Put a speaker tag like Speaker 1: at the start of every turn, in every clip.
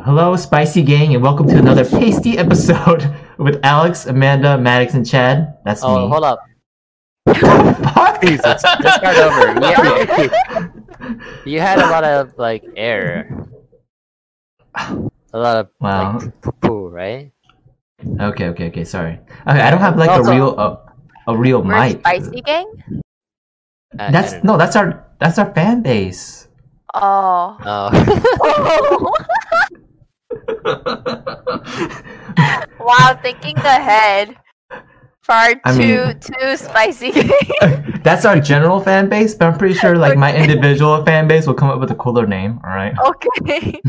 Speaker 1: Hello, Spicy Gang, and welcome to another pasty episode with Alex, Amanda, Maddox, and Chad. That's
Speaker 2: Oh,
Speaker 1: me.
Speaker 2: hold up.
Speaker 3: Jesus.
Speaker 2: Let's start over. You you had a lot of like air. A lot of
Speaker 1: Wow.
Speaker 2: like poo poo, right?
Speaker 1: Okay, okay, okay. Sorry. Okay, I don't have like
Speaker 2: Also-
Speaker 1: a real a, a real
Speaker 4: We're
Speaker 1: mic.
Speaker 4: Spicy Gang?
Speaker 2: I- I
Speaker 1: That's
Speaker 2: don't
Speaker 1: no, that's our that's our fan base.
Speaker 4: Oh.
Speaker 2: know. Oh.
Speaker 4: wow, thinking ahead for our
Speaker 1: I
Speaker 4: two
Speaker 1: mean-
Speaker 4: two spicy gangs.
Speaker 1: that's our general fan base, but I'm pretty sure like my individual fan base will come up with a cooler name. All right.
Speaker 4: Okay.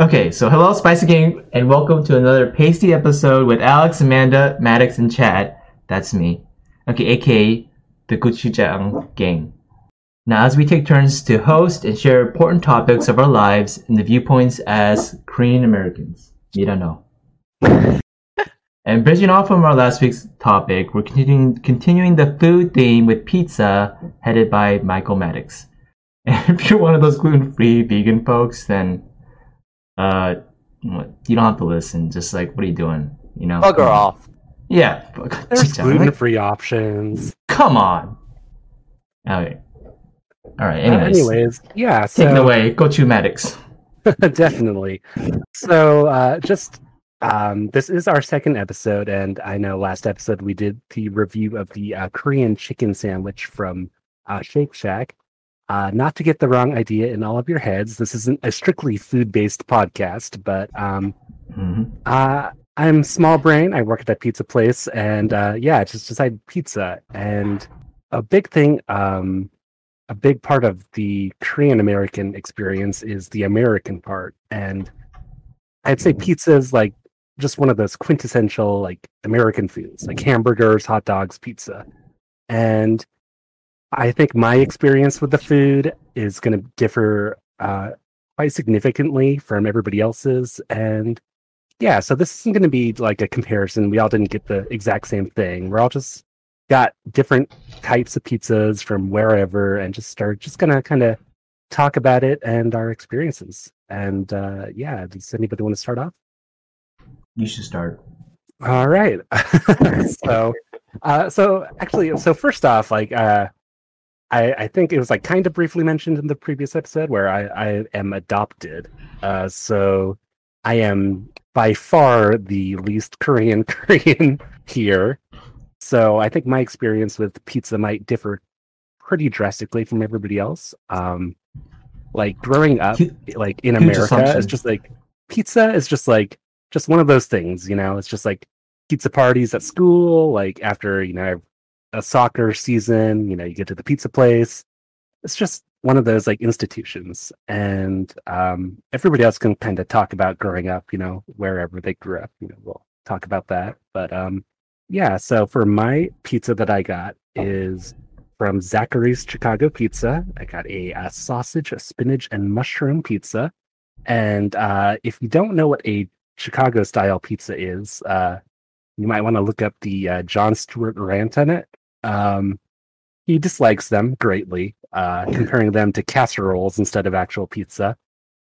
Speaker 1: Okay, so hello, Spicy Gang, and welcome to another pasty episode with Alex, Amanda, Maddox, and Chad. That's me. Okay, aka the Gochujang Gang. Now, as we take turns to host and share important topics of our lives and the viewpoints as Korean Americans, you don't know. and bridging off from our last week's topic, we're continuing continuing the food theme with pizza, headed by Michael Maddox. And if you're one of those gluten-free vegan folks, then uh, what- you don't have to listen. Just like, what are you doing? You know,
Speaker 2: Oh, Bugger off.
Speaker 1: Yeah, fuck-
Speaker 3: There's
Speaker 1: Chicha, like,
Speaker 3: gluten free options.
Speaker 1: come on. All right, all right.
Speaker 3: Uh, Anyways,
Speaker 1: Anyways,
Speaker 3: yeah,
Speaker 1: take it
Speaker 3: so
Speaker 1: away. Go to Maddox.
Speaker 3: definitely. So uh just um this is our second episode and I know last episode we did the review of the uh, Korean chicken sandwich from uh, Shake Shack. Uh, not to get the wrong idea in all of your heads, this isn't a strictly food-based podcast, but um,
Speaker 1: hmm
Speaker 3: Uh, I'm small brain. I work at that pizza place, and uh, yeah, I just decided pizza. And a big thing, um, a big part of the Korean American experience is the American part, and I'd say pizza is like just one of those quintessential like American foods, like hamburgers, hot dogs, pizza, and I think my experience with the food is going to differ uh, quite significantly from everybody else's, and yeah, so this isn't going to be like a comparison. We all didn't get the exact same thing. We're all just got different types of pizzas from wherever and just are just going to kind of talk about it and our experiences. And uh, yeah, does anybody want to start off?
Speaker 1: You should start.
Speaker 3: All right. so, uh, so actually, so first off, like, uh, I, I think it was like kind of briefly mentioned in the previous episode where I, I am adopted. Uh, so I am by far the least Korean Korean here. So I think my experience with pizza might differ pretty drastically from everybody else. Um, like growing up,
Speaker 1: Hu-
Speaker 3: like in
Speaker 1: huge
Speaker 3: America,
Speaker 1: assumption.
Speaker 3: it's just like pizza is just like just one of those things, you know. It's just like pizza parties at school, like after you know a soccer season, you know, you get to the pizza place. It's just one of those like institutions, and um, everybody else can kind of talk about growing up, you know, wherever they grew up. You know, we'll talk about that, but um, yeah. So for my pizza that I got
Speaker 1: Oh.
Speaker 3: is from Zachary's Chicago Pizza. I got a, uh sausage, a spinach, and mushroom pizza. And uh, if you don't know what a Chicago style pizza is, uh, you might want to look up the uh, John Stewart rant on it. Um, he dislikes them greatly, uh, comparing them to casseroles instead of actual pizza.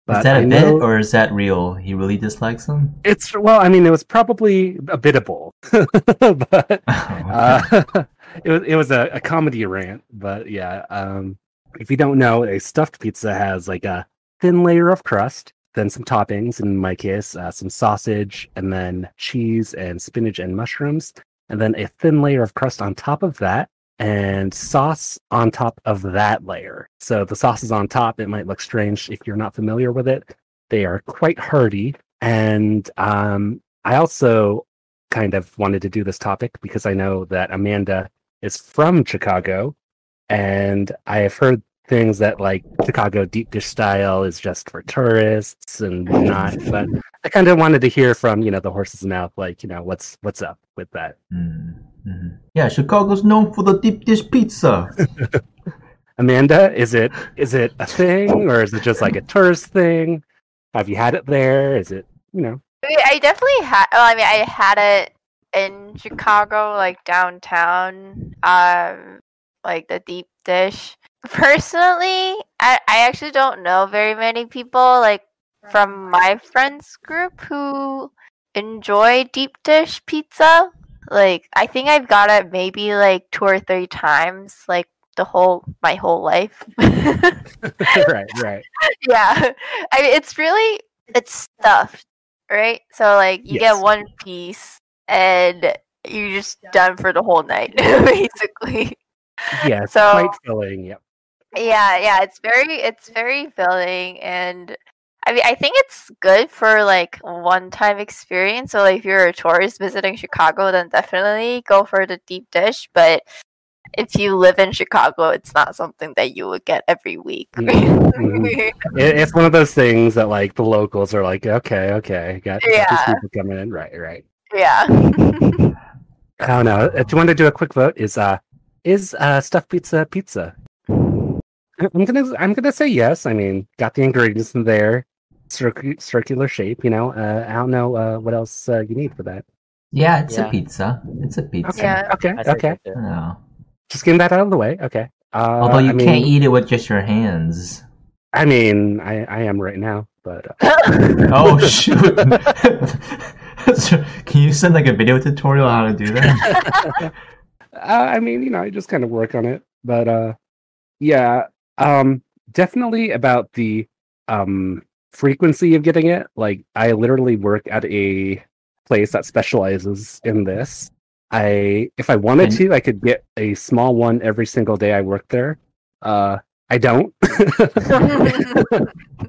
Speaker 1: is that
Speaker 3: I
Speaker 1: a bit
Speaker 3: know-
Speaker 1: or is that real? He really dislikes them.
Speaker 3: It's well, I mean, it was probably a biddable, but
Speaker 1: Oh,
Speaker 3: uh, it was it was a, a comedy rant, but yeah. Um, if you don't know, a stuffed pizza has like a thin layer of crust, then some toppings. In my case, uh, some sausage, and then cheese and spinach and mushrooms, and then a thin layer of crust on top of that, and sauce on top of that layer. So the sauce is on top. It might look strange if you're not familiar with it. They are quite hearty, and um, I also kind of wanted to do this topic because I know that Amanda is from Chicago and I have heard things that like Chicago deep dish style is just for tourists and not but I kind of wanted to hear from you know the horse's mouth like you know what's what's up with that
Speaker 1: Mm. Yeah, Chicago's known for the deep dish pizza.
Speaker 3: Amanda, is it is it a thing or is it just like a tourist thing? Have you had it there? Is it you know?
Speaker 4: I, mean, I definitely had. Well, I mean, I had it in Chicago, like downtown, um, like the deep dish. Personally, I I actually don't know very many people like from my friends group who enjoy deep dish pizza. Like, I think I've got it maybe like two or three times, like the whole my whole life.
Speaker 3: right, right.
Speaker 4: yeah I mean, it's really it's stuffed right so like you
Speaker 3: Yes.
Speaker 4: get one piece and you're just done for the whole night basically
Speaker 3: Yeah, it's
Speaker 4: So-
Speaker 3: quite filling. Yep.
Speaker 4: yeah yeah it's very it's very filling and i mean i think it's good for like one time experience so like if you're a tourist visiting chicago then definitely go for the deep dish but if you live in chicago it's not something that you would get every week
Speaker 3: Mm, mm.
Speaker 1: Mm-hmm.
Speaker 3: It, it's one of those things that like the locals are like, okay, okay, got, got
Speaker 4: Yeah.
Speaker 3: these people coming in. Right, right.
Speaker 4: yeah
Speaker 3: I don't know. If you want to do a quick vote, is uh is uh stuffed pizza pizza? I'm gonna I'm gonna say yes. I mean, got the ingredients in there, circu- circular shape. You know, uh, I don't know uh, what else uh, you need for that.
Speaker 1: Yeah, it's
Speaker 2: Yeah.
Speaker 1: a pizza. It's a pizza.
Speaker 3: Okay,
Speaker 4: Yeah.
Speaker 3: okay,
Speaker 2: I say
Speaker 3: okay.
Speaker 2: good there.
Speaker 1: Yeah.
Speaker 3: Just getting that out of the way. Okay. Uh,
Speaker 1: Although you
Speaker 3: I mean,
Speaker 1: can't eat it with just your hands.
Speaker 3: I mean, I I am right now, but uh,
Speaker 1: Oh shoot! Can you send like a video tutorial on how to do that?
Speaker 3: uh, I mean, you know, I just kind of work on it. But uh yeah, um definitely about the um frequency of getting it. Like I literally work at a place that specializes in this. I if I wanted
Speaker 1: And-
Speaker 3: to, I could get a small one every single day I work there. Uh I don't. uh,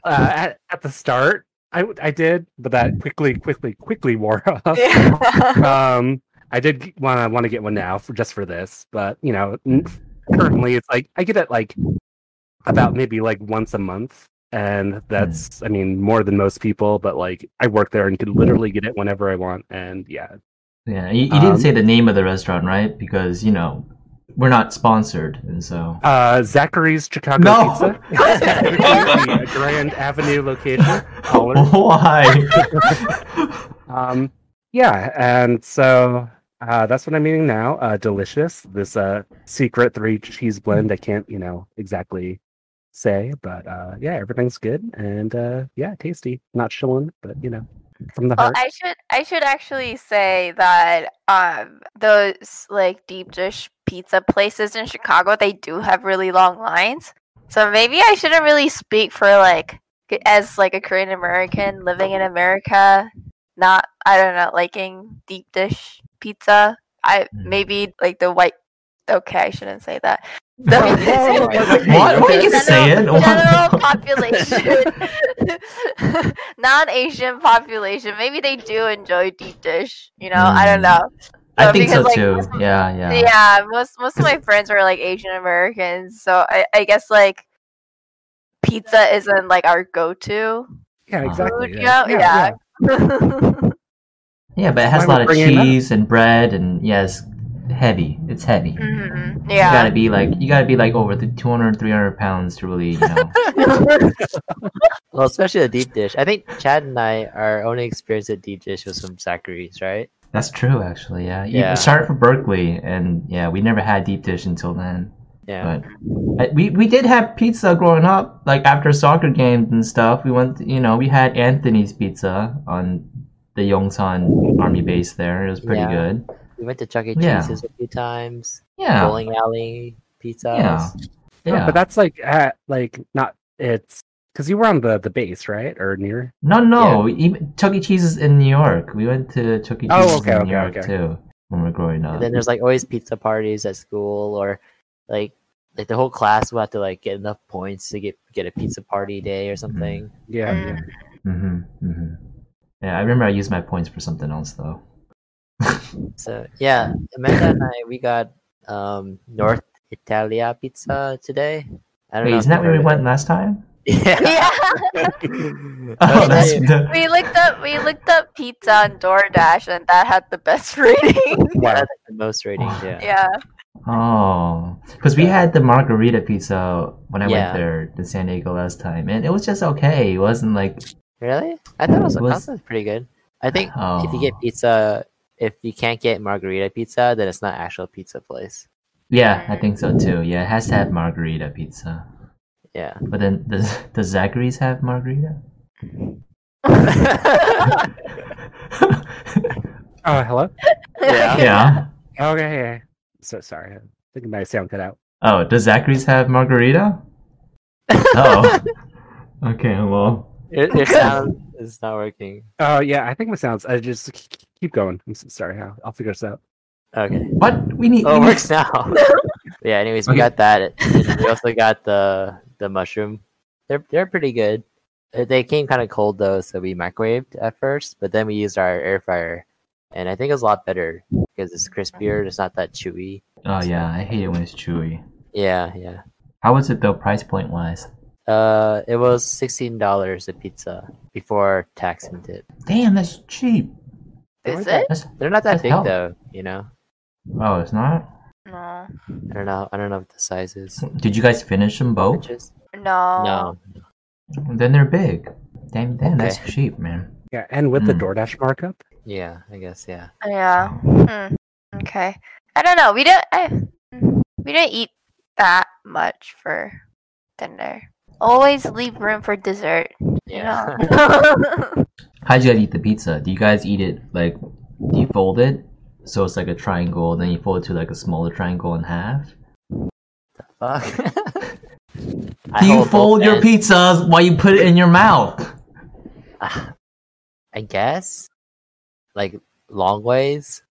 Speaker 3: at, at the start, I w- I did, but that quickly, quickly, quickly wore off.
Speaker 4: yeah.
Speaker 3: um i did want to want to get one now for just for this but you know n- currently it's like i get it like about maybe like once a month and that's i mean more than most people but like i work there and could literally get it whenever i want and yeah
Speaker 1: yeah, you, you didn't
Speaker 3: Um,
Speaker 1: say the name of the restaurant, right? Because you know we're not sponsored, and so.
Speaker 3: uh zachary's chicago
Speaker 1: No.
Speaker 3: pizza the grand avenue location Holler.
Speaker 1: Why?
Speaker 3: um yeah and so uh that's what i'm eating now uh delicious this uh secret three cheese blend i can't you know exactly say but uh yeah everything's good and uh yeah tasty not chilling but you know from the
Speaker 4: Well,
Speaker 3: heart
Speaker 4: I should I should actually say that um those like deep dish pizza places in Chicago they do have really long lines. So maybe I shouldn't really speak for like c- as like a Korean American living in America, not I don't know liking deep dish pizza. I
Speaker 1: Mm.
Speaker 4: maybe like the white. Okay, I shouldn't say that.
Speaker 3: Well, well,
Speaker 1: What? Why are you
Speaker 4: General-
Speaker 1: saying?
Speaker 4: general population, non-Asian population. Maybe they do enjoy deep dish. You know, I don't
Speaker 1: Mm.
Speaker 4: know.
Speaker 1: I
Speaker 4: No,
Speaker 1: think so
Speaker 4: because, like,
Speaker 1: too.
Speaker 4: most of-
Speaker 1: Yeah, yeah.
Speaker 4: Yeah, most most of my friends were like Asian Americans, so I, I guess like pizza isn't like our go-to.
Speaker 3: yeah exactly
Speaker 4: food, you know? Yeah.
Speaker 1: Yeah, but it has a
Speaker 3: Why am I
Speaker 1: lot of
Speaker 3: bringing it up?
Speaker 1: cheese and bread, and yes, heavy. It's heavy.
Speaker 4: Mhm,
Speaker 1: You
Speaker 4: Yeah.
Speaker 1: gotta be like you gotta be like over the 200, 300 pounds to really, you know.
Speaker 2: Well, especially the deep dish. I think Chad and I, our only experience at deep dish was from Zachary's, right?
Speaker 1: That's true, actually. Yeah, you
Speaker 2: Yeah.
Speaker 1: we started for Berkeley, and yeah, we never had deep dish until then.
Speaker 2: Yeah.
Speaker 1: But I, we we did have pizza growing up, like after soccer games and stuff. We went, you know, we had Anthony's Pizza on the Yongsan Army base there. It was pretty
Speaker 2: Yeah.
Speaker 1: good.
Speaker 2: We went to Chuck E.
Speaker 1: Yeah.
Speaker 2: Cheese's a few times.
Speaker 1: Yeah,
Speaker 2: Bowling alley, pizza.
Speaker 1: yeah,
Speaker 3: No,
Speaker 1: yeah.
Speaker 3: but that's like at like not it's because you were on the the base right or near
Speaker 1: No, no. Even Chuck E. Cheese is in New York. We went to Chuck E. Cheese
Speaker 3: Oh, okay,
Speaker 1: in
Speaker 3: okay,
Speaker 1: New York
Speaker 3: okay.
Speaker 1: too when we were growing up.
Speaker 2: And then there's like always pizza parties at school, or like like the whole class will have to like get enough points to get get a pizza party day or something.
Speaker 3: yeah, yeah.
Speaker 4: Mm.
Speaker 1: hmm hmm Yeah, I remember I used my points for something else though.
Speaker 2: So yeah, Amanda and I we got um North Italia pizza today. I don't
Speaker 1: Wait,
Speaker 2: know
Speaker 1: isn't
Speaker 2: if
Speaker 1: that
Speaker 2: you
Speaker 1: where we
Speaker 2: heard
Speaker 1: went
Speaker 2: of it.
Speaker 1: last time?
Speaker 2: Yeah.
Speaker 4: yeah.
Speaker 1: Oh, that's
Speaker 2: right.
Speaker 1: the-
Speaker 4: We looked up we looked up pizza on DoorDash and that had the best rating.
Speaker 3: Wow.
Speaker 2: That's the most ratings, yeah.
Speaker 4: yeah.
Speaker 1: Oh, because we had the margarita pizza when I
Speaker 2: Yeah.
Speaker 1: went there to San Diego last time, and it was just okay. It wasn't like
Speaker 2: Really? I thought it was,
Speaker 1: It was-
Speaker 2: that sounds pretty good. I think if you
Speaker 1: Oh.
Speaker 2: get pizza, if you can't get margarita pizza, then it's not actual pizza place.
Speaker 1: yeah, I think so too. Yeah, it has to have margarita pizza.
Speaker 2: Yeah.
Speaker 1: But then does does Zachary's have margarita?
Speaker 3: Oh, hello.
Speaker 2: Yeah.
Speaker 1: yeah.
Speaker 3: Okay. So sorry. I think my sound cut out.
Speaker 1: Oh, does Zachary's have margarita? Oh. okay. Well.
Speaker 2: Your, your sound is not working.
Speaker 3: Oh yeah, I think my sounds. I just k- keep going. I'm so sorry. I'll, I'll figure this out.
Speaker 2: Okay.
Speaker 1: What we need?
Speaker 2: Oh, it
Speaker 1: we need-
Speaker 2: works now. yeah. Anyways, we
Speaker 1: Okay.
Speaker 2: got that. And we also got the the mushroom. They're they're pretty good. Uh, They came kind of cold though, so we microwaved at first, but then we used our air fryer, and I think it's a lot better because it's crispier. It's not that chewy.
Speaker 1: Oh yeah, I hate it when it's chewy.
Speaker 2: Yeah, yeah.
Speaker 1: How was it though, price point wise?
Speaker 2: Uh, it was sixteen dollars a pizza before tax and tip.
Speaker 1: Damn, that's cheap.
Speaker 4: Is it?
Speaker 1: That's
Speaker 2: They're not that
Speaker 1: That's
Speaker 2: big
Speaker 1: hell.
Speaker 2: though, you know.
Speaker 1: oh, it's not.
Speaker 4: No.
Speaker 2: I don't know. I don't know what the size is.
Speaker 1: Did you guys finish them both?
Speaker 2: Inches?
Speaker 4: No.
Speaker 2: No.
Speaker 1: Then they're big. Damn, damn, that's cheap, man.
Speaker 3: Yeah, and with the
Speaker 1: Mm.
Speaker 3: DoorDash markup.
Speaker 2: Yeah, I guess. Yeah.
Speaker 4: Yeah. Hmm. Okay. I don't know. We didn't. I, mm, we didn't eat that much for dinner. Always leave room for dessert. You
Speaker 2: Yeah.
Speaker 4: know.
Speaker 1: How'd you guys eat the pizza? Do you guys eat it like do you fold it so it's like a triangle, then you fold it to like a smaller triangle in half?
Speaker 2: Fuck.
Speaker 1: Do you fold your pizzas while you put it in your mouth?
Speaker 2: pizza? I guess, like long ways.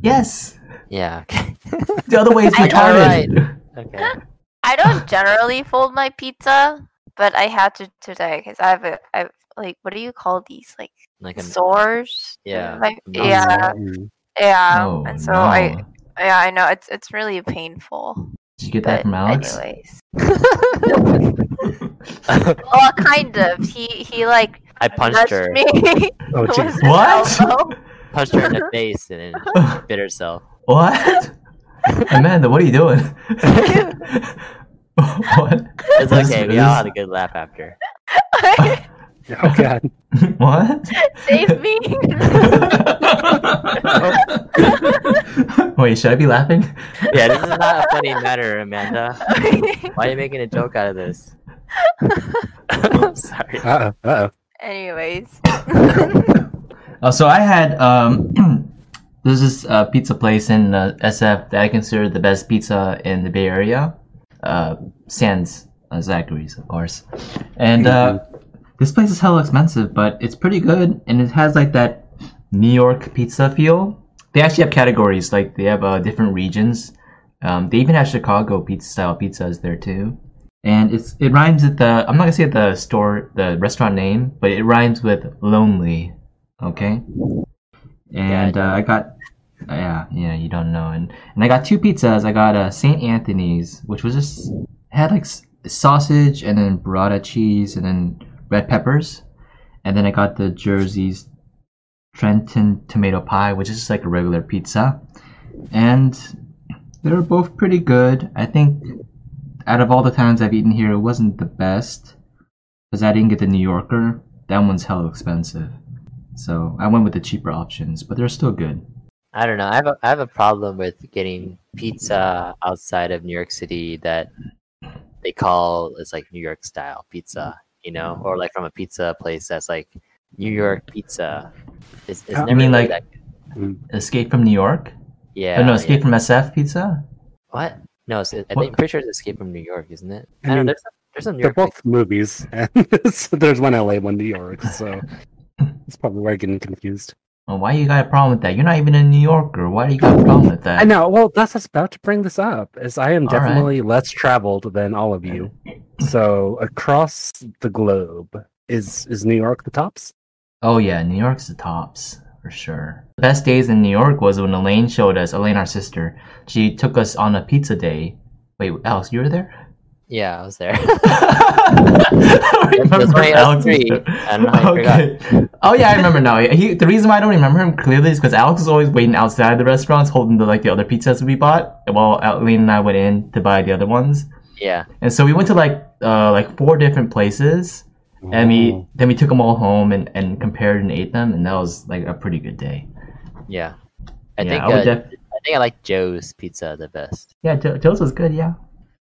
Speaker 1: Yes.
Speaker 2: Yeah. Okay.
Speaker 1: The other way is
Speaker 4: I-
Speaker 1: retarded.
Speaker 2: okay.
Speaker 4: I don't generally fold my pizza, but I had to today because I have a. I have, like what do you call these? Like
Speaker 2: Like a
Speaker 4: sores?
Speaker 2: yeah,
Speaker 4: Like,
Speaker 2: knots.
Speaker 4: yeah.
Speaker 3: Mm.
Speaker 4: Yeah.
Speaker 1: Oh,
Speaker 4: and Um, so I.
Speaker 1: no.
Speaker 4: Yeah, I know it's it's really painful.
Speaker 1: Did you get that
Speaker 4: But
Speaker 1: from Alex?
Speaker 4: anyways. well, kind of. He he like
Speaker 2: I punched
Speaker 4: nudged
Speaker 2: her.
Speaker 4: me.
Speaker 3: Oh
Speaker 4: with
Speaker 3: jeez.
Speaker 4: his
Speaker 1: What?
Speaker 4: elbow.
Speaker 2: Punched her in the face and then bit herself.
Speaker 1: What? Amanda, what are you doing? what?
Speaker 2: It's
Speaker 1: This
Speaker 2: okay. We
Speaker 1: is-
Speaker 2: all had a good laugh after.
Speaker 3: Oh god.
Speaker 1: What?
Speaker 4: Save me.
Speaker 1: Wait, should I be laughing?
Speaker 2: Yeah, this is not a funny matter, Amanda. Why are you making a joke out of this? I'm sorry.
Speaker 3: Uh oh. Uh
Speaker 4: Anyways.
Speaker 1: Uh, so I had um, there's this uh, pizza place in uh, SF that I consider the best pizza in the Bay Area, uh, Sans uh, Zachary's, of course. And uh, this place is hella expensive, but it's pretty good, and it has like that New York pizza feel. They actually have categories, like they have uh, different regions. Um, they even have Chicago pizza style pizzas there too. And it's it rhymes with the I'm not gonna say the store the restaurant name, but it rhymes with lonely. Okay. And uh, I got, yeah, yeah, you don't know, and and I got two pizzas. I got a Saint Anthony's, which was just had like s- sausage and then burrata cheese and then red peppers, and then I got the Jersey's Trenton tomato pie, which is just like a regular pizza, and they were both pretty good. I think out of all the times I've eaten here, it wasn't the best because I didn't get the New Yorker. That one's hella expensive. So I went with the cheaper options, but they're still good.
Speaker 2: I don't know. I have a, I have a problem with getting pizza outside of New York City that they call it's like New York style pizza, you know, or like from a pizza place that's like New York pizza. It's, it's
Speaker 3: Uh,
Speaker 2: never
Speaker 1: mean, like-
Speaker 2: really that good.
Speaker 1: Escape from New York?
Speaker 2: yeah.
Speaker 1: oh no,
Speaker 2: yeah.
Speaker 1: Escape from SF pizza?
Speaker 2: what? No, it's, I
Speaker 1: What?
Speaker 2: think pretty sure it's Escape from New York, isn't it? I,
Speaker 3: I
Speaker 2: don't
Speaker 3: mean,
Speaker 2: know. There's some, there's some New
Speaker 3: They're
Speaker 2: York.
Speaker 3: both movies. and so there's one LA, one New York. So that's probably where I'm getting confused.
Speaker 1: Well, Oh, why you got a problem with that? You're not even a New Yorker. Why do you got a problem with that?
Speaker 3: I know. Well, that's what's about to bring this up. Is I am
Speaker 1: All right.
Speaker 3: definitely less traveled than all of you. So across the globe is is New York the tops?
Speaker 1: Oh yeah, New York's the tops for sure. The best days in New York was when Elaine showed us. Elaine, our sister, she took us on a pizza day. Wait, Alex, you were there?
Speaker 2: pizza. Yeah, I was there.
Speaker 1: I remember
Speaker 2: only us
Speaker 1: Alex's
Speaker 2: three,
Speaker 1: joke.
Speaker 2: and I
Speaker 1: Oh yeah, I remember now. He, the reason why I don't remember him clearly is because Alex was always waiting outside the restaurants, holding the like the other pizzas we bought, while Lane and I went in to buy the other ones.
Speaker 2: yeah,
Speaker 1: And so we went to like uh, like four different places, and we then we took them all home and, and compared and ate them, and that was like a pretty good day.
Speaker 2: yeah. I
Speaker 1: Yeah,
Speaker 2: think
Speaker 1: I
Speaker 2: I,
Speaker 1: would
Speaker 2: uh,
Speaker 1: def-
Speaker 2: I think I like Joe's pizza the best.
Speaker 1: Yeah, Jo- Joe's was good. Yeah,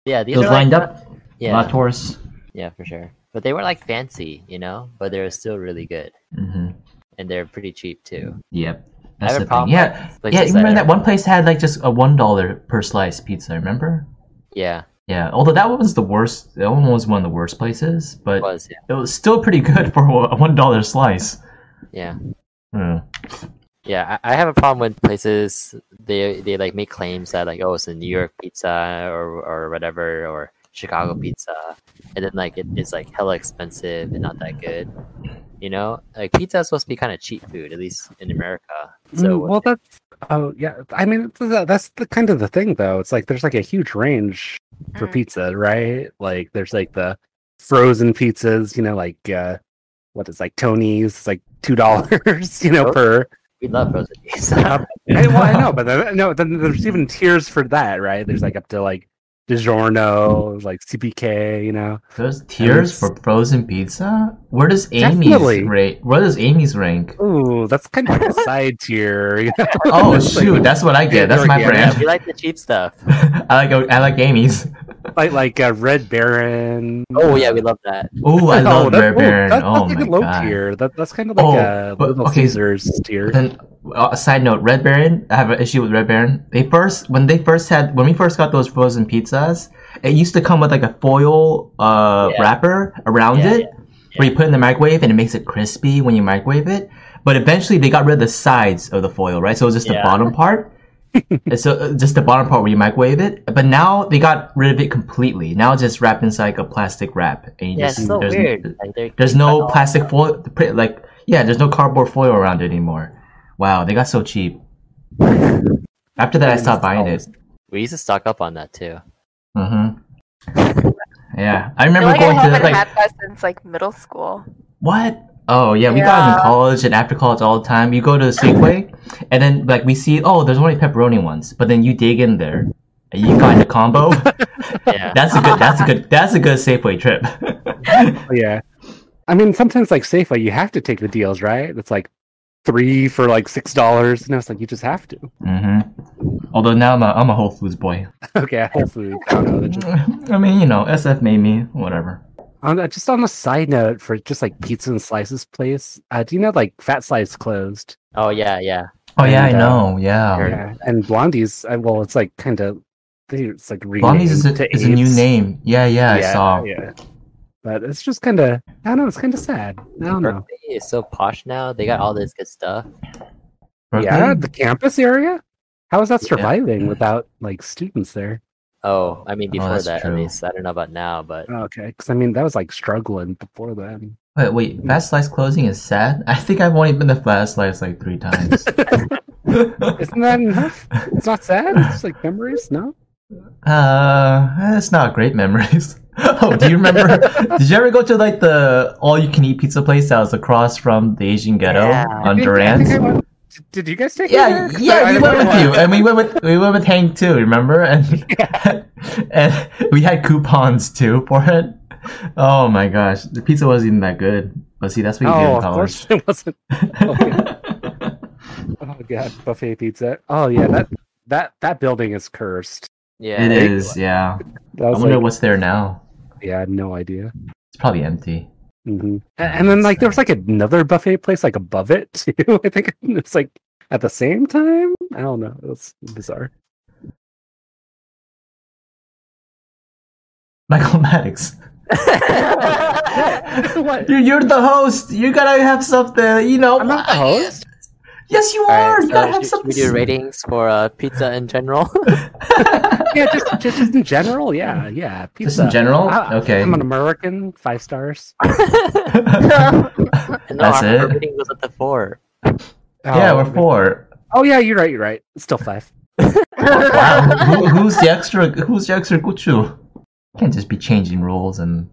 Speaker 2: Yeah, these
Speaker 1: it was
Speaker 2: are like,
Speaker 1: lined up.
Speaker 2: Yeah,
Speaker 1: lot of tourists.
Speaker 2: yeah, for sure. But they were like fancy, you know, but they're still really good,
Speaker 1: hmm
Speaker 2: and they're pretty cheap too.
Speaker 1: Yep.
Speaker 2: I
Speaker 1: That's
Speaker 2: have a
Speaker 1: the thing.
Speaker 2: problem
Speaker 1: Yeah.
Speaker 2: with
Speaker 1: Yeah,
Speaker 2: places
Speaker 1: you remember that
Speaker 2: are-
Speaker 1: one place had like just a one dollar per slice pizza. Remember?
Speaker 2: Yeah,
Speaker 1: Yeah. Although that one was the worst. That one was one of the worst places,
Speaker 2: it
Speaker 1: but
Speaker 2: was. Yeah,
Speaker 1: it was still pretty good for a one dollar slice.
Speaker 2: yeah.
Speaker 1: Hmm.
Speaker 2: Yeah, I, I have a problem when places they they like make claims that like oh it's a New York pizza or or whatever or Chicago pizza, and then like it, it's like hella expensive and not that good. You know, like pizza is supposed to be kind of cheap food, at least in America. So
Speaker 3: Mm, well, that's oh yeah. I mean, th- th- that's the kind of the thing though. It's like there's like a huge range for
Speaker 4: Mm.
Speaker 3: pizza, right? Like there's like the frozen pizzas, you know, like uh what is like Tony's, it's like two dollars, you know,
Speaker 2: Oh.
Speaker 3: per.
Speaker 2: we love frozen pizza.
Speaker 3: I, well, I know, but then, no, then there's even tiers for that, right? There's like up to like DiGiorno, like CPK, you know.
Speaker 1: Those tiers for frozen pizza. Where does Amy's
Speaker 3: Definitely.
Speaker 1: rate? Where does Amy's rank?
Speaker 3: Ooh, that's kind of like a side tier. you know?
Speaker 1: Oh
Speaker 3: It's like-
Speaker 1: shoot, that's what I get. That's my
Speaker 3: Yeah,
Speaker 2: yeah,
Speaker 1: brand.
Speaker 2: we like the cheap stuff.
Speaker 1: I like I like Amy's.
Speaker 3: like like uh, Red Baron.
Speaker 2: Oh yeah, we love that.
Speaker 1: Ooh, I
Speaker 3: No,
Speaker 1: love
Speaker 3: that-
Speaker 1: Rare
Speaker 3: oh,
Speaker 1: Baron.
Speaker 3: that-
Speaker 1: oh
Speaker 3: that's like
Speaker 1: my
Speaker 3: a low
Speaker 1: god.
Speaker 3: tier. That, that's kind of like
Speaker 1: Oh,
Speaker 3: a
Speaker 1: but-
Speaker 3: Little
Speaker 1: okay.
Speaker 3: Caesars tier.
Speaker 1: Then, uh, a side note, Red Baron. I have an issue with Red Baron. They first, when they first had, when we first got those frozen pizzas, it used to come with like a foil uh,
Speaker 2: Yeah.
Speaker 1: wrapper around
Speaker 2: Yeah,
Speaker 1: it, where you put it in the microwave and it makes it crispy when you microwave it. But eventually, they got rid of the sides of the foil, right? So it was just the
Speaker 2: Yeah.
Speaker 1: bottom part. And so uh, just the bottom part where you microwave it. But now they got rid of it completely. Now it's just wrapped inside like a plastic wrap, and you
Speaker 2: Yeah, it's
Speaker 1: just
Speaker 2: so
Speaker 1: there's-
Speaker 2: weird. Like, they're-
Speaker 1: there's
Speaker 2: they cut
Speaker 1: no
Speaker 2: all-
Speaker 1: plastic foil, pri- like yeah, there's no cardboard foil around it anymore. Wow, they got so cheap. After that, I stopped buying it.
Speaker 2: We used to stock up on that too.
Speaker 1: Mm-hmm. Yeah, I
Speaker 4: I feel
Speaker 1: remember
Speaker 4: like I
Speaker 1: going to
Speaker 4: haven't
Speaker 1: like
Speaker 4: had that since like middle school.
Speaker 1: what? Oh yeah, we got it in
Speaker 4: Yeah.
Speaker 1: college and after college all the time. You go to the Safeway, and then like we see oh there's only pepperoni ones, but then you dig in there and you find a combo.
Speaker 2: Yeah,
Speaker 1: that's a good. That's a good. That's a good Safeway trip.
Speaker 3: Oh, yeah. I mean, sometimes like Safeway, you have to take the deals, right? It's like three for like six dollars. You know, it's like you just have to.
Speaker 1: mm-hmm. Although now I'm a I'm a Whole Foods boy.
Speaker 3: Okay, Whole Foods. I don't know. they're Just,
Speaker 1: I mean, you know, SF made me whatever.
Speaker 3: on, uh, just on a side note, for just like pizza and slices place, uh, do you know like Fat Slice closed?
Speaker 2: Oh yeah, yeah.
Speaker 1: Oh yeah, I
Speaker 3: And, uh,
Speaker 1: know. Yeah,
Speaker 2: Sure.
Speaker 3: Yeah. And Blondie's, uh, well, it's like kind of, it's like
Speaker 1: Blondie's is
Speaker 3: renamed
Speaker 1: a,
Speaker 3: to
Speaker 1: is a new
Speaker 3: Abe's.
Speaker 1: name. Yeah, yeah, I saw.
Speaker 3: Yeah. But it's just kind of, I don't know, it's kind of sad. I don't know.
Speaker 2: Berkeley is so posh now. They got all this good stuff.
Speaker 1: Berkeley?
Speaker 3: Yeah, the campus area. How is that
Speaker 2: Yeah.
Speaker 3: surviving without like students there?
Speaker 2: Oh, I mean
Speaker 1: Oh,
Speaker 2: before
Speaker 1: that's
Speaker 2: that
Speaker 1: true.
Speaker 2: at least. I don't know about now, but
Speaker 1: Oh,
Speaker 3: Okay, because I mean that was like struggling before then.
Speaker 1: Wait, wait. Fast Slice closing is sad. I think I've only been to Fast Slice like three times.
Speaker 3: Isn't that enough? It's not sad. It's just like memories. No.
Speaker 1: uh, it's not great memories. oh, do you remember? did you ever go to like the all-you-can-eat pizza place that was across from the Asian Ghetto
Speaker 2: Yeah.
Speaker 1: on
Speaker 3: I think- I
Speaker 1: Durant?
Speaker 3: think I went- Did you guys take?
Speaker 1: Yeah,
Speaker 3: me there?
Speaker 1: yeah,
Speaker 3: I
Speaker 1: we
Speaker 3: don't
Speaker 1: went
Speaker 3: know
Speaker 1: with
Speaker 3: why.
Speaker 1: you, and we went with we went with Hank too. Remember, and and we had coupons too for it. Oh my gosh, the pizza wasn't even that good. But see, that's what you do
Speaker 3: Oh,
Speaker 1: in
Speaker 3: of
Speaker 1: college.
Speaker 3: course it wasn't. Oh god, buffet pizza. Oh yeah, that that that building is cursed.
Speaker 2: yeah.
Speaker 1: it is, yeah.
Speaker 3: That
Speaker 1: I
Speaker 3: was
Speaker 1: wonder
Speaker 3: like-
Speaker 1: what's there now.
Speaker 3: yeah, I had no idea.
Speaker 1: It's probably empty.
Speaker 3: hmm
Speaker 1: Oh,
Speaker 3: And, and then like there was like another buffet place like above it too. I think it's like at the same time. I don't know. It was bizarre.
Speaker 1: Michael Maddox,
Speaker 3: what?
Speaker 1: you're, you're the host. You gotta have something. You know,
Speaker 3: I'm not the host.
Speaker 1: yes, you
Speaker 2: All right,
Speaker 1: are. you
Speaker 2: so
Speaker 1: gotta have
Speaker 2: should, should we
Speaker 1: something.
Speaker 2: do ratings for uh, pizza in general?
Speaker 3: Yeah, just, just just in general. Yeah, yeah. Pizza.
Speaker 1: Just in general,
Speaker 3: I-
Speaker 1: okay.
Speaker 3: I'm an American. Five stars.
Speaker 2: no,
Speaker 1: That's
Speaker 2: our, our
Speaker 1: it.
Speaker 2: rating was at the four.
Speaker 1: yeah,
Speaker 3: Oh,
Speaker 1: we're four.
Speaker 3: Oh yeah, you're right. You're right. It's still five.
Speaker 1: Wow, who, who's the extra? Who's the extra Gucci? can't just be changing rules and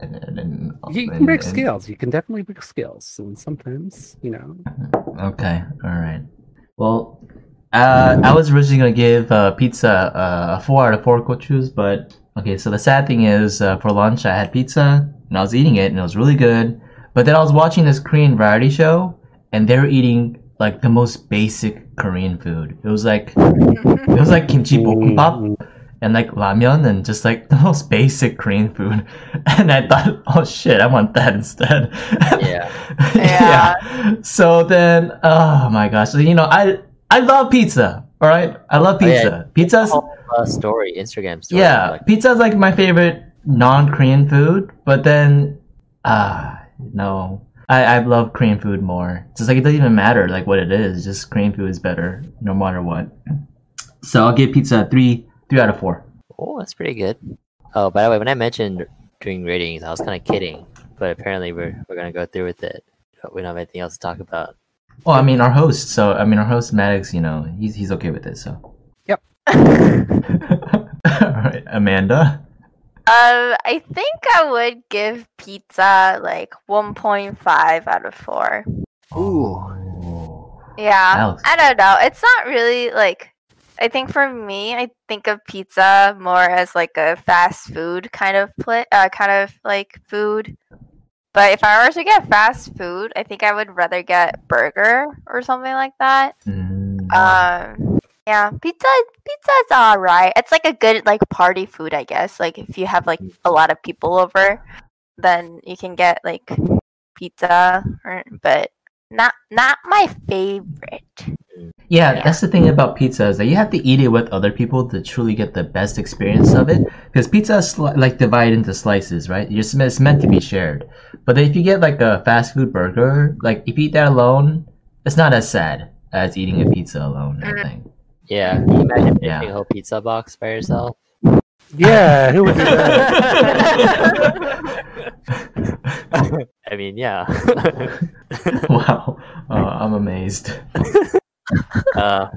Speaker 1: and and, and,
Speaker 3: You can
Speaker 1: and-
Speaker 3: break
Speaker 1: and-
Speaker 3: scales. You can definitely break scales. And sometimes, you know,
Speaker 1: Okay, all right. Well, uh, I was originally gonna give uh, pizza uh, a four out of four cochus, but okay. So the sad thing is, uh, for lunch I had pizza and I was eating it and it was really good. But then I was watching this Korean variety show and they were eating like the most basic Korean food. It was like it was like kimchi
Speaker 3: Mm.
Speaker 1: bokkeumbap and like ramyeon and just like the most basic Korean food. And I thought, oh shit, I want that instead.
Speaker 2: Yeah.
Speaker 1: yeah. So then, oh my gosh, So, you know, I I love pizza. All right, I love
Speaker 2: Oh, yeah.
Speaker 1: pizza. Pizza's
Speaker 2: Whole, uh, story, Instagram story.
Speaker 1: yeah,
Speaker 2: like,
Speaker 1: pizza's like my favorite non-Korean food. But then, ah, no, I I love Korean food more. It's just like it doesn't even matter like what it is. Just Korean food is better no matter what. So I'll give pizza a three three out of four.
Speaker 2: oh, that's pretty good. Oh, by the way, when I mentioned doing ratings, I was kind of kidding, but apparently we're we're gonna go through with it. But we don't have anything else to talk about.
Speaker 1: Well, I mean our host. So I mean our host Maddox. You know, he's he's okay with it. So.
Speaker 3: Yep.
Speaker 1: All right, Amanda.
Speaker 4: Um, I think I would give pizza like 1.5 out of 4.
Speaker 2: Ooh.
Speaker 1: Oh.
Speaker 4: Yeah.
Speaker 1: Alex.
Speaker 4: I don't know. It's not really like I think for me, I think of pizza more as like a fast food kind of pla uh, kind of like food. But if I were to get fast food, I think I would rather get burger or something like that.
Speaker 1: Mm.
Speaker 4: Um, yeah, pizza pizza's all right. It's like a good like party food, I guess. Like if you have like a lot of people over, then you can get like pizza, or, but not not my favorite.
Speaker 1: Yeah,
Speaker 4: Yeah.
Speaker 1: that's the thing about pizza is that you have to eat it with other people to truly get the best experience of it. Because pizza is sli- like divided into slices, right? You're, sm- it's meant to be shared. But then if you get like a fast food burger, like if you eat that alone, it's not as sad as eating a pizza alone. I
Speaker 4: Mhm.
Speaker 1: think.
Speaker 2: Yeah. Can you imagine
Speaker 1: Yeah.
Speaker 2: making a whole pizza box by yourself?
Speaker 3: yeah, who would do that?
Speaker 2: I mean, yeah.
Speaker 1: wow, uh, I'm amazed.
Speaker 2: uh,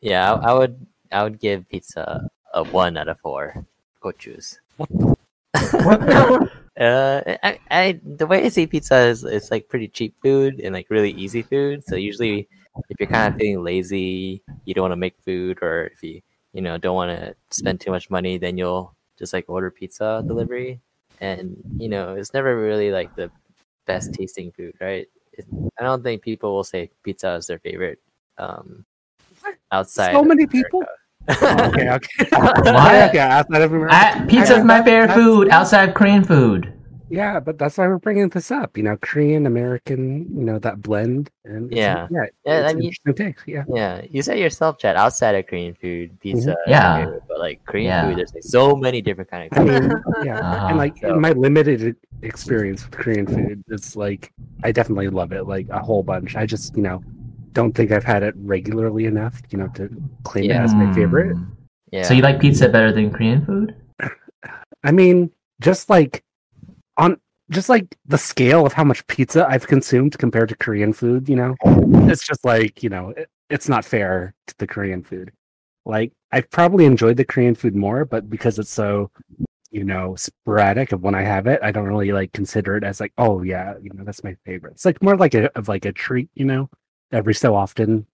Speaker 2: yeah, I, I would I would give pizza a one out of four. Go choose.
Speaker 1: What the-
Speaker 2: Uh, I, I the way I see pizza is it's like pretty cheap food and like really easy food. So usually, if you're kind of feeling lazy, you don't want to make food, or if you you know don't want to spend too much money, then you'll just like order pizza delivery. And you know, it's never really like the best tasting food, right? It, I don't think people will say pizza is their favorite. Um, outside,
Speaker 3: So
Speaker 2: of
Speaker 3: many people?
Speaker 2: America.
Speaker 3: okay, okay.
Speaker 1: What?
Speaker 3: okay, outside of America.
Speaker 1: I, pizza's my favorite food outside of Korean food.
Speaker 3: Yeah, but that's why we're bringing this up. You know, Korean American. You know that blend. And it's-
Speaker 2: Yeah.
Speaker 3: yeah,
Speaker 2: Yeah,
Speaker 3: it's
Speaker 2: I mean-
Speaker 3: interesting take, Yeah,
Speaker 2: Yeah, you said yourself, Chad. Outside of Korean food, pizza, is
Speaker 1: Mm-hmm. Yeah.
Speaker 2: your favorite, but like Korean
Speaker 1: Yeah.
Speaker 2: food, there's like so many different kind
Speaker 3: I
Speaker 2: of.
Speaker 3: mean, yeah.
Speaker 1: Uh-huh.
Speaker 3: and like
Speaker 2: so-
Speaker 3: in my limited e- experience with Korean food, it's like I definitely love it, like a whole bunch. I just you know don't think I've had it regularly enough, you know, to claim it as my favorite.
Speaker 1: Mm.
Speaker 2: Yeah,
Speaker 1: So you like pizza better than Korean food?
Speaker 3: I mean, just like on just like the scale of how much pizza I've consumed compared to Korean food, you know, it's just like you know it, it's not fair to the Korean food. Like I've probably enjoyed the Korean food more, but because it's so you know sporadic of when I have it, I don't really like consider it as like oh yeah, you know that's my favorite. It's like more like a of like a treat, you know, every so often,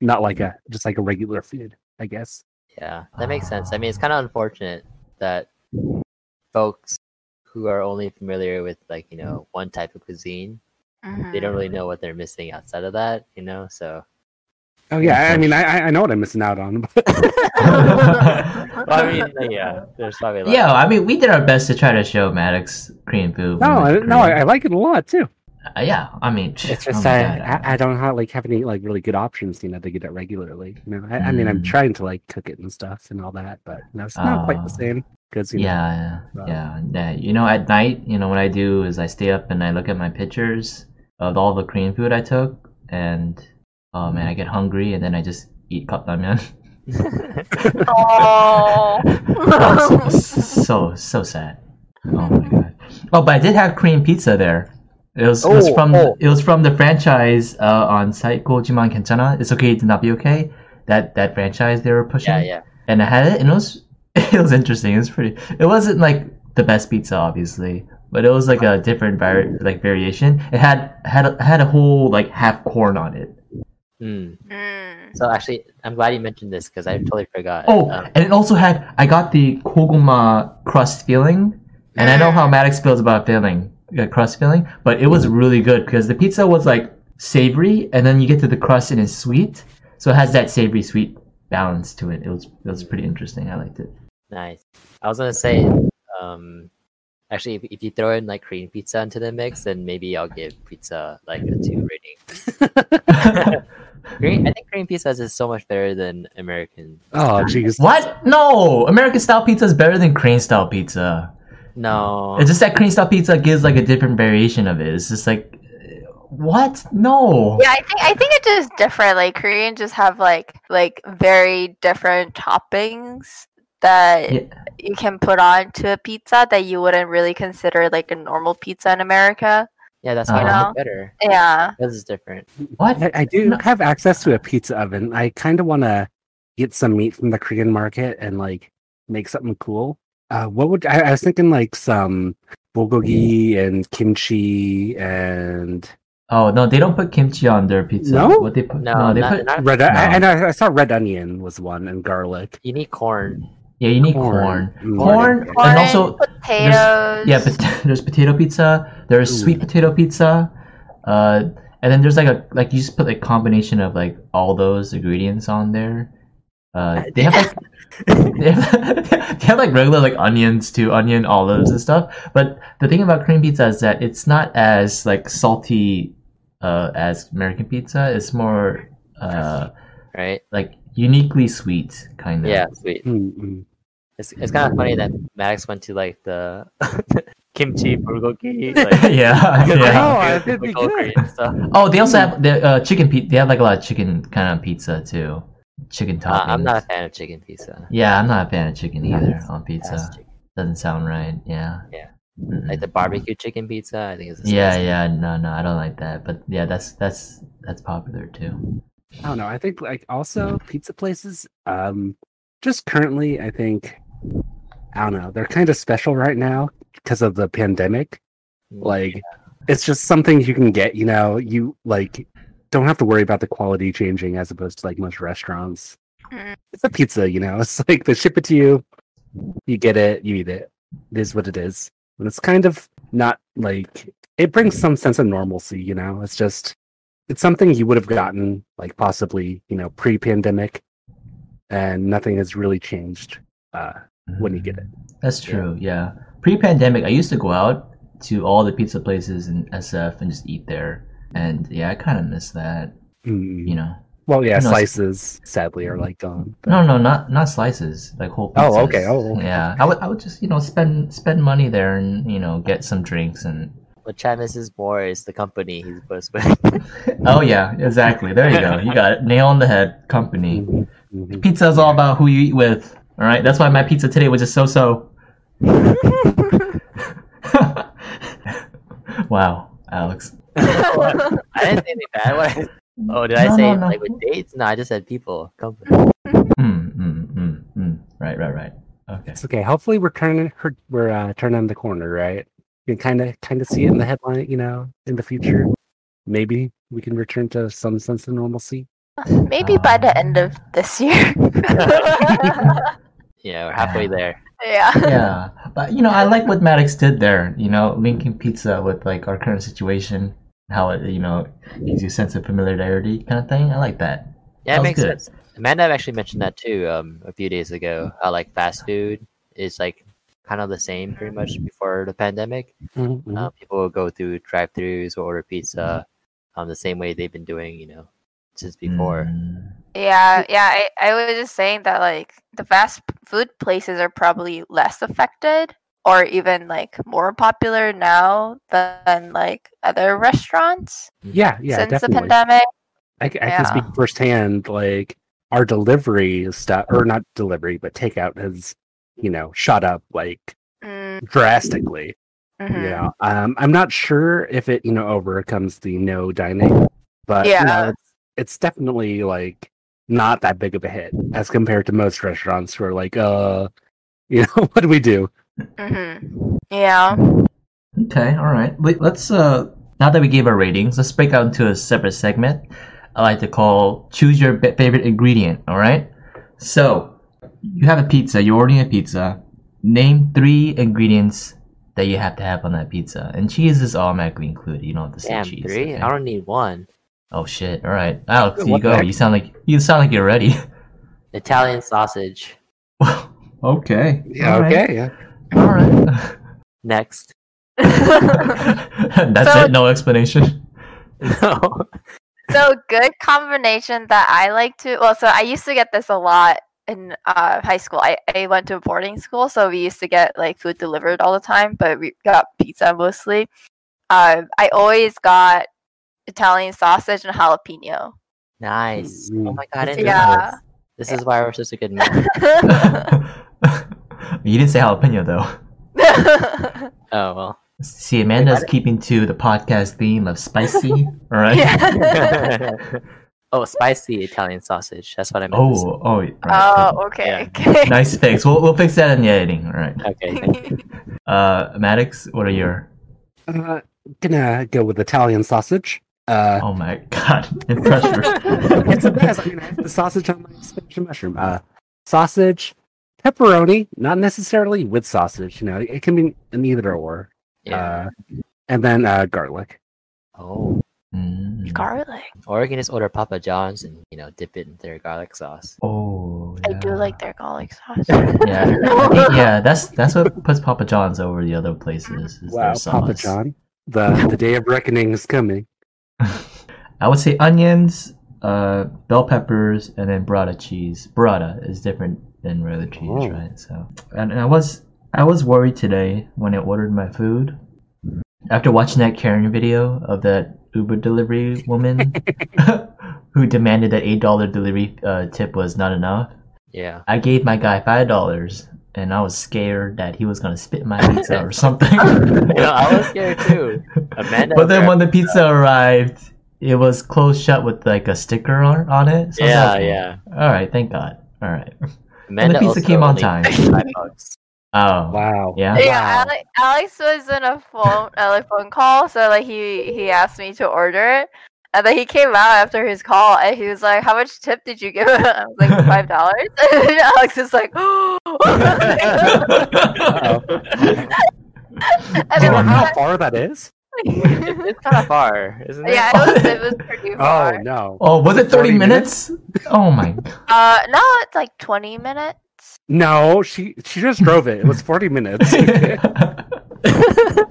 Speaker 3: not like a just like a regular food, I guess.
Speaker 2: yeah, that makes sense. I mean, it's kind of unfortunate that folks who are only familiar with like you know one type of cuisine,
Speaker 4: Mm-hmm.
Speaker 2: they don't really know what they're missing outside of that. You know, so
Speaker 3: Oh yeah, I, I mean I I- I know what I'm missing out on, but
Speaker 2: well, I mean, like, yeah, there's probably like,
Speaker 1: Yeah, I mean, we did our best to try to show Maddox Korean food. when
Speaker 3: no,
Speaker 1: we
Speaker 3: I,
Speaker 1: went to
Speaker 3: no, I,
Speaker 1: Korea.
Speaker 3: I like it a lot too.
Speaker 1: Uh, yeah, I mean,
Speaker 3: It's
Speaker 1: oh
Speaker 3: just
Speaker 1: my
Speaker 3: I,
Speaker 1: God.
Speaker 3: I I don't have like have any like really good options, you know, to get it regularly. You know, I, I mean, I'm
Speaker 1: Mm.
Speaker 3: trying to like cook it and stuff and all that, but you know, it's not quite
Speaker 1: Ah.
Speaker 3: the same because you know,
Speaker 1: yeah, yeah,
Speaker 3: Wow.
Speaker 1: yeah, yeah. You know, at night, you know, what I do is I stay up and I look at my pictures of all the Korean food I took, and oh man, I get hungry, and then I just eat cup ramen.
Speaker 4: Oh.
Speaker 1: Oh, s- s- so so sad. Oh my god. Oh, but I did have cream pizza there. It was, it was
Speaker 2: Oh,
Speaker 1: from
Speaker 2: oh.
Speaker 1: it was from the franchise uh, on site Gojiman Kentana. It's okay to not be okay. That that franchise they were pushing.
Speaker 2: yeah, yeah.
Speaker 1: And I had it, and it was it was interesting. It was pretty. It wasn't like the best pizza, obviously. But it was like a different vari- like variation. It had had a, had a whole like half corn on it.
Speaker 2: Hmm.
Speaker 4: Mm.
Speaker 2: So actually, I'm glad you mentioned this because I totally forgot.
Speaker 1: Oh,
Speaker 2: Um,
Speaker 1: and it also had I got the koguma crust feeling, and I know how Maddox feels about filling uh, crust filling, but it was really good because the pizza was like savory, and then you get to the crust and it's sweet, so it has that savory sweet balance to it. It was it was pretty interesting. I liked it.
Speaker 2: nice. I was gonna say, um, actually, if, if you throw in like Korean pizza into the mix, then maybe I'll give pizza like a two rating. Korean, I think Korean pizza is just so much better than American.
Speaker 3: Oh, jeez.
Speaker 1: what? No, American style pizza is better than Korean style pizza.
Speaker 2: No,
Speaker 1: It's just that Korean style pizza gives like a different variation of it. It's just like eh, what? No.
Speaker 4: Yeah, I think I think it's just different. Like Korean just have like like very different toppings that
Speaker 1: Yeah.
Speaker 4: you can put on to a pizza that you wouldn't really consider like a normal pizza in America.
Speaker 2: yeah, that's why
Speaker 1: You
Speaker 2: I
Speaker 4: know?
Speaker 2: like it better.
Speaker 4: Yeah.
Speaker 2: This is different.
Speaker 1: What?
Speaker 3: I, I do
Speaker 1: No.
Speaker 3: have access to a pizza oven. I kind of want to get some meat from the Korean market and like make something cool. Uh, what would I, I was thinking like some bulgogi
Speaker 1: Mm.
Speaker 3: and kimchi and
Speaker 1: Oh no, they don't put kimchi on their pizza.
Speaker 3: No?
Speaker 1: What they put?
Speaker 2: No,
Speaker 1: No, they
Speaker 2: not,
Speaker 1: put.
Speaker 2: not-
Speaker 3: red. I,
Speaker 1: No.
Speaker 3: I know I saw red onion was one and garlic.
Speaker 2: you need corn.
Speaker 1: Yeah, you need corn.
Speaker 3: Mm.
Speaker 1: Corn,
Speaker 4: Corn,
Speaker 1: and also
Speaker 4: potatoes.
Speaker 1: yeah, but there's potato pizza. There's
Speaker 3: Ooh.
Speaker 1: sweet potato pizza, uh, and then there's like a like you just put like combination of like all those ingredients on there. Uh, they have like they have, they have like regular like onions too, onion olives and stuff. But the thing about Korean pizza is that it's not as like salty uh, as American pizza. It's more uh,
Speaker 2: Right?
Speaker 1: like uniquely sweet kind of.
Speaker 2: Yeah, sweet.
Speaker 3: Mm, mm.
Speaker 2: It's, it's kind of funny that Maddox went to like the kimchi bulgogi. Like,
Speaker 1: yeah.
Speaker 3: I
Speaker 1: yeah.
Speaker 3: know, I think
Speaker 2: typical
Speaker 3: it'd Oh, be good.
Speaker 2: Korean stuff.
Speaker 1: Oh, they also have the uh, chicken pizza. They have like a lot of chicken kind of pizza too, chicken
Speaker 2: Uh,
Speaker 1: toppings.
Speaker 2: I'm not a fan of chicken pizza.
Speaker 1: Yeah, I'm not a fan of chicken either
Speaker 2: That's-
Speaker 1: on pizza.
Speaker 2: That's chicken.
Speaker 1: Doesn't sound right. Yeah.
Speaker 2: Yeah.
Speaker 1: Mm-mm.
Speaker 2: Like the barbecue chicken pizza, I think is
Speaker 1: yeah,
Speaker 2: disgusting.
Speaker 1: yeah. No, no, I don't like that. But yeah, that's that's that's popular too.
Speaker 3: I don't know. I think like also pizza places, um, just currently, I think, I don't know, they're kind of special right now because of the pandemic. Like, it's just something you can get, you know, you like don't have to worry about the quality changing as opposed to like most restaurants.
Speaker 4: Mm.
Speaker 3: It's a pizza, you know, it's like they ship it to you, you get it, you eat it. It is what it is. And it's kind of not like it brings some sense of normalcy, you know, it's just it's something you would have gotten like possibly, you know, pre pandemic and nothing has really changed uh when you get it.
Speaker 1: That's true. Yeah. Pre-pandemic, I used to go out to all the pizza places in SF and just eat there. And yeah, I kind of miss that.
Speaker 3: Mm.
Speaker 1: You know.
Speaker 3: Well, yeah,
Speaker 1: Who knows?
Speaker 3: slices sadly are like gone. but-
Speaker 1: No, no, not not slices, like whole pizzas.
Speaker 3: Oh, okay, oh, okay.
Speaker 1: Yeah, I would, I would just you know spend spend money there and you know get some drinks and.
Speaker 2: What Chad misses more is the company he's was with.
Speaker 1: Oh yeah, exactly. There you go. You got it. Nail on the head. Company.
Speaker 3: Mhm, mhm.
Speaker 1: Pizza is all about who you eat with. All right, that's why my pizza today was just so so.
Speaker 3: Mm-hmm.
Speaker 1: wow, Alex.
Speaker 2: I didn't say anything bad. What I- oh, did I
Speaker 1: No,
Speaker 2: say
Speaker 1: no, no.
Speaker 2: like with dates? No, I just said people. Company.
Speaker 1: Mm, mm, mm, mm. Right, right, right. Okay.
Speaker 3: It's okay. Hopefully, we're turning her, we're uh, turning the corner, right? You can kind of kind of see it in the headline, you know, in the future. Maybe we can return to some sense of normalcy.
Speaker 4: Maybe by the end of this year.
Speaker 2: Yeah, we're halfway
Speaker 1: Yeah.
Speaker 2: there.
Speaker 4: yeah.
Speaker 1: Yeah, but you know, I like what Maddox did there. You know, linking pizza with like our current situation, how it you know gives you a sense of familiarity kind of thing. I like that.
Speaker 2: Yeah, it
Speaker 1: Sounds
Speaker 2: makes
Speaker 1: good.
Speaker 2: sense. Amanda actually mentioned that too um, a few days ago. How like fast food is like kind of the same pretty much before the pandemic.
Speaker 1: Mm-hmm.
Speaker 3: Mm-hmm.
Speaker 2: Uh, people will go through drive-throughs or order pizza, um, the same way they've been doing, you know, since before.
Speaker 1: Mm.
Speaker 4: Yeah, yeah. I, I was just saying that like the fast p- food places are probably less affected or even like more popular now than like other restaurants
Speaker 3: Yeah, yeah,
Speaker 4: since the
Speaker 3: definitely.
Speaker 4: pandemic.
Speaker 3: I, c- I can speak
Speaker 4: Yeah.
Speaker 3: firsthand. Like our delivery stuff, or not delivery, but takeout has, you know, shot up like
Speaker 4: Mm,
Speaker 3: drastically.
Speaker 4: mhm.
Speaker 3: Yeah. Um, I'm not sure if it, you know, overcomes the no dining, but you know,
Speaker 4: Yeah.
Speaker 3: it's, it's definitely like not that big of a hit as compared to most restaurants who are like, uh, you know, what do we do?
Speaker 4: Mm-hmm. Yeah.
Speaker 1: Okay, all right. Wait, Let's uh now that we gave our ratings, let's break out into a separate segment. I like to call choose your b- favorite ingredient. All right. So you have a pizza. You're ordering a pizza. Name three ingredients that you have to have on that pizza, and cheese is automatically included. You don't have to say
Speaker 2: Damn,
Speaker 1: cheese.
Speaker 2: three?
Speaker 1: okay?
Speaker 2: I don't need one.
Speaker 1: Oh shit! All right, Alex,
Speaker 3: What
Speaker 1: you
Speaker 3: the
Speaker 1: go.
Speaker 3: heck?
Speaker 1: You sound like you sound like you're ready.
Speaker 2: Italian sausage.
Speaker 1: okay.
Speaker 3: Yeah,
Speaker 1: All right.
Speaker 3: okay. Yeah.
Speaker 1: All right.
Speaker 2: Next.
Speaker 1: That's
Speaker 4: So-
Speaker 1: it. No explanation.
Speaker 2: No.
Speaker 4: so good combination that I like to. Well, so I used to get this a lot in uh, high school. I, I went to a boarding school, so we used to get like food delivered all the time, but we got pizza mostly. Um, I always got Italian sausage and jalapeno.
Speaker 2: Nice. Oh
Speaker 1: Mm-hmm.
Speaker 3: Mm.
Speaker 2: my god, I didn't know
Speaker 4: Yeah.
Speaker 2: this. This is why we're such a good match.
Speaker 1: you didn't say jalapeno though.
Speaker 2: Oh well.
Speaker 1: See, Amanda's keeping to the podcast theme of spicy. All right.
Speaker 4: Yeah.
Speaker 2: oh, spicy Italian sausage. That's what I meant. to say.
Speaker 1: Oh, oh, right.
Speaker 3: Uh,
Speaker 4: Oh, okay. okay.
Speaker 1: nice fix. We'll, we'll fix that in the editing. All right.
Speaker 2: Okay. thank you.
Speaker 1: Uh, Maddox, what are your?
Speaker 3: Uh, gonna go with Italian sausage. Uh,
Speaker 1: Oh my god, impressive.
Speaker 3: it's the best. I mean, I have the sausage on my spinach and mushroom. Uh, sausage, pepperoni, not necessarily with sausage. You know, it can be an either or.
Speaker 2: Yeah.
Speaker 3: Uh, and then uh, garlic.
Speaker 1: uh,
Speaker 2: oh.
Speaker 1: Mm.
Speaker 4: Garlic.
Speaker 2: Or you can just order Papa John's and you know dip it in their garlic sauce.
Speaker 1: Oh,
Speaker 4: I
Speaker 1: yeah.
Speaker 4: do like their garlic sauce.
Speaker 1: Yeah, I think, yeah. That's that's what puts Papa John's over the other places. is their
Speaker 3: Wow, Papa
Speaker 1: sauce.
Speaker 3: John. The the day of reckoning is coming.
Speaker 1: I would say onions, uh, bell peppers, and then burrata cheese. Burrata is different than regular cheese,
Speaker 3: Oh.
Speaker 1: right? So, and, and I was I was worried today when I ordered my food after watching that Karen video of that Uber delivery woman who demanded that eight dollar delivery uh, tip was not enough.
Speaker 2: Yeah.
Speaker 1: I gave my guy five dollars, and I was scared that he was gonna spit my pizza or something.
Speaker 2: You know, I was scared too. Amanda.
Speaker 1: But then when the pizza arrived, it was closed shut with like a sticker on, on it. So I was
Speaker 2: Yeah,
Speaker 1: like,
Speaker 2: yeah.
Speaker 1: All right, thank God. All right.
Speaker 2: Amanda
Speaker 1: pizza
Speaker 2: also
Speaker 1: came on
Speaker 2: only
Speaker 1: time.
Speaker 2: paid five bucks.
Speaker 1: Oh,
Speaker 3: Wow.
Speaker 1: yeah.
Speaker 4: Yeah,
Speaker 3: Wow.
Speaker 4: Alex, Alex was in a phone a like, phone call, so like he he asked me to order it, and then he came out after his call, and he was like, "How much tip did you give?" him?" I was like, 5 dollars." And Alex is like, and
Speaker 3: Do you know
Speaker 4: then
Speaker 3: how far that is?
Speaker 2: It's kind of far, isn't it?
Speaker 4: yeah, it was it was pretty
Speaker 3: Oh
Speaker 4: far.
Speaker 3: no.
Speaker 1: oh, was it 30
Speaker 3: 40
Speaker 1: minutes? Oh my.
Speaker 4: Uh, no, it's like twenty minutes.
Speaker 3: No, she she just drove it. It was forty minutes.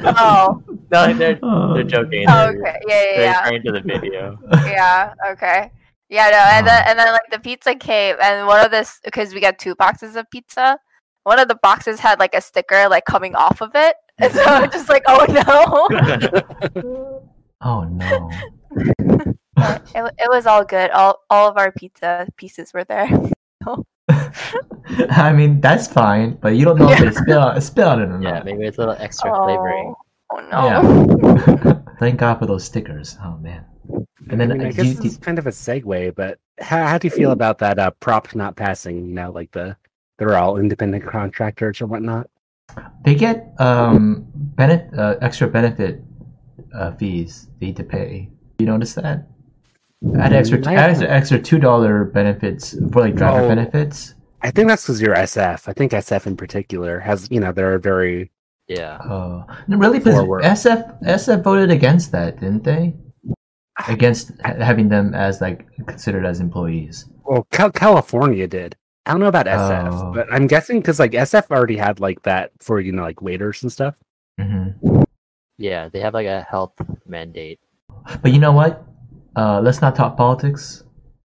Speaker 4: Oh,
Speaker 2: No, they're, they're
Speaker 1: God.
Speaker 2: joking.
Speaker 4: oh,
Speaker 2: They're-
Speaker 4: okay, yeah, yeah,
Speaker 2: They're
Speaker 4: yeah.
Speaker 2: referring to the video.
Speaker 4: yeah okay yeah no and then and then like the pizza came and one of this because we got two boxes of pizza one of the boxes had like a sticker like coming off of it and so i'm just like oh no
Speaker 1: Oh no.
Speaker 4: But it, wa- it was all good all all of our pizza pieces were there
Speaker 1: I mean, that's fine, but you don't know if they spill out, spill out it or
Speaker 2: yeah,
Speaker 1: not.
Speaker 2: maybe it's a little extra flavoring.
Speaker 4: oh, oh no
Speaker 1: Thank God for those stickers. Oh man. And
Speaker 3: I
Speaker 1: then
Speaker 3: mean, I
Speaker 1: uh,
Speaker 3: guess
Speaker 1: you-
Speaker 3: this is kind of a segue, but how, how do you feel about that uh, prop not passing? You know, like the they're all independent contractors or whatnot.
Speaker 1: They get um benef- uh, extra benefit uh, fees they need to pay. You notice that? Add extra,
Speaker 3: I
Speaker 1: add
Speaker 3: haven't.
Speaker 1: extra, extra two dollar benefits for like driver
Speaker 3: Oh.
Speaker 1: benefits.
Speaker 3: I think that's because you're SF. I think SF in particular has you know they're very
Speaker 2: Yeah.
Speaker 1: Oh, no, really? 'Cause
Speaker 3: Forward.
Speaker 1: SF SF voted against that, didn't they? Against ha- having them as like considered as employees.
Speaker 3: well Cal- California did. I don't know about SF,
Speaker 1: Oh.
Speaker 3: but I'm guessing because like SF already had like that for you know like waiters and stuff.
Speaker 1: hmm
Speaker 2: Yeah, they have like a health mandate.
Speaker 1: But you know what? Uh, let's not talk politics.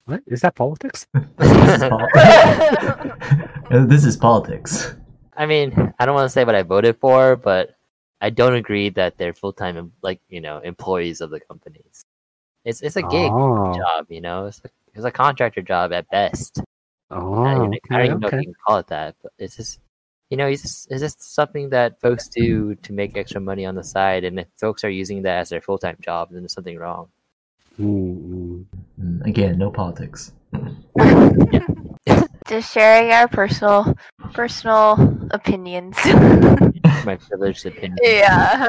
Speaker 3: What is that politics?
Speaker 1: This is pol- this is politics.
Speaker 2: I mean, I don't want to say what I voted for, but I don't agree that they're full time, like you know, employees of the companies. It's it's a gig
Speaker 3: Oh,
Speaker 2: job, you know. It's a, it's a contractor job at best. I
Speaker 3: oh,
Speaker 2: don't, even- I don't even know
Speaker 3: okay.
Speaker 2: if you can call it that, but it's just, you know, it's just, it's just something that folks do to make extra money on the side, and if folks are using that as their full time job, then there's something wrong.
Speaker 3: Mm, mm.
Speaker 1: Mm, Again, no politics.
Speaker 4: just sharing our personal personal opinions.
Speaker 2: my privileged opinion.
Speaker 4: yeah.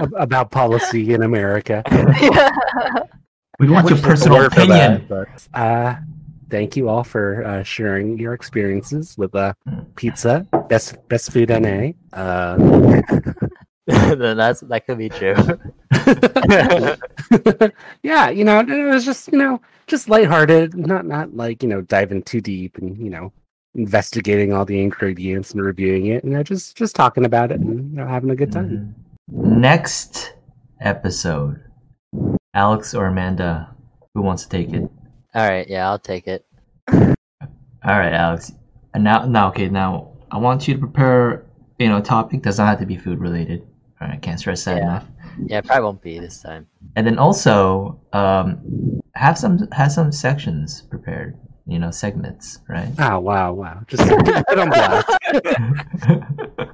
Speaker 3: ab- about policy in America.
Speaker 4: yeah.
Speaker 1: We want your
Speaker 3: Which is the
Speaker 1: personal
Speaker 3: word for that,
Speaker 1: opinion.
Speaker 3: but, uh, thank you all for uh, sharing your experiences with uh, pizza, best best food NA. Uh,
Speaker 2: then that's that could be true.
Speaker 3: yeah, you know, it was just you know just lighthearted, not not like you know diving too deep and you know investigating all the ingredients and reviewing it, you know, just just talking about it and you know having a good time.
Speaker 1: Mm-hmm. Next episode, Alex or Amanda, who wants to take it?
Speaker 2: All right, yeah, I'll take it.
Speaker 1: All right, Alex. And now, now, okay, now I want you to prepare. You know, a topic does not have to be food related. All right, I can't stress that
Speaker 2: Yeah.
Speaker 1: enough.
Speaker 2: Yeah, it probably won't be this time.
Speaker 1: And then also, um, have some have some sections prepared. You know, segments, right?
Speaker 3: Oh wow, wow! Just put on blast.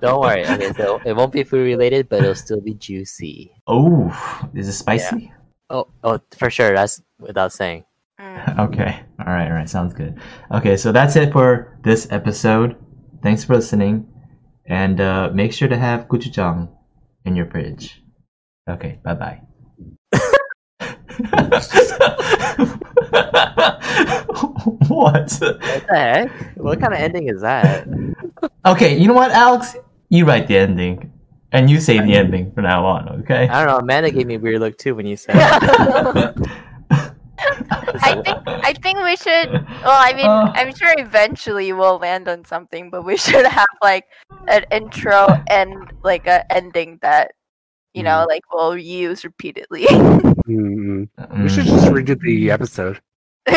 Speaker 2: Don't worry. Okay, so it won't be food related, but it'll still be juicy.
Speaker 1: oh, is it spicy?
Speaker 2: Oh, oh, for sure. That's without saying.
Speaker 4: Mm.
Speaker 1: Okay. All right. All right. Sounds good. Okay. So that's it for this episode. Thanks for listening, and uh, make sure to have gochujang in your fridge. Okay. Bye bye. what?
Speaker 2: What the heck? What kind of ending is that?
Speaker 1: Okay. You know what, Alex? You write the ending, and you say the ending from now on. Okay.
Speaker 2: I don't know. Amanda gave me a weird look too when you said. it.
Speaker 4: I think I think we should. Well, I mean,
Speaker 1: Uh.
Speaker 4: I'm sure eventually we'll land on something, but we should have like an intro and like a ending that you know,
Speaker 1: Mm-hmm.
Speaker 4: like we'll use repeatedly.
Speaker 3: Mm, We
Speaker 1: Mm.
Speaker 3: should just redo the episode.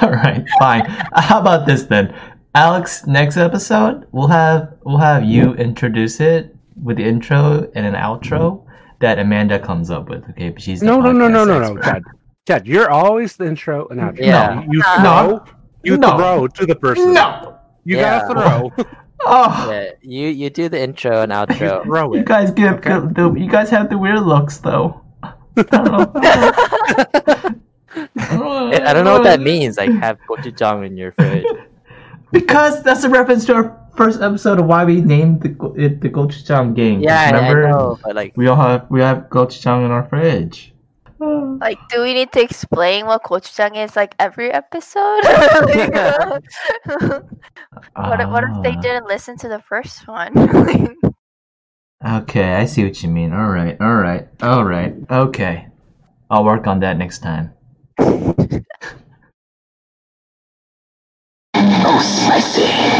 Speaker 1: All right, fine. How about this then, Alex? Next episode, we'll have we'll have you introduce it with the intro and an outro
Speaker 2: Mm-hmm.
Speaker 1: that Amanda comes up with. Okay, but she's the
Speaker 3: No, no, no, no,
Speaker 1: podcast
Speaker 3: no, no,
Speaker 1: expert.
Speaker 3: Chad. Chad, you're always the intro and outro.
Speaker 2: Yeah.
Speaker 3: You
Speaker 4: No.
Speaker 3: throw, you
Speaker 1: No.
Speaker 3: throw to the person.
Speaker 1: No.
Speaker 3: you
Speaker 2: Yeah.
Speaker 3: gotta throw,
Speaker 1: Oh,
Speaker 2: Yeah, you you do the intro and
Speaker 3: you
Speaker 2: outro.
Speaker 3: throw
Speaker 1: you
Speaker 3: it.
Speaker 1: guys get
Speaker 3: Okay.
Speaker 1: the, you guys have the weird looks though. I don't know.
Speaker 2: I I don't know what that means. Like have gochujang in your fridge.
Speaker 1: Because that's a reference to our first episode of why we named the, go- it the Gochujang Gang.
Speaker 2: Yeah, I-
Speaker 1: remember?
Speaker 2: I know, but like
Speaker 1: We all have we have gochujang in our fridge.
Speaker 4: like, do we need to explain what gochujang is? Like every episode. what if, what if they
Speaker 1: Ah,
Speaker 4: didn't listen to the first one?
Speaker 1: Ah, Okay, I see what you mean. All right, all right, all right. Okay, I'll work on that next time.
Speaker 5: Oh, spicy.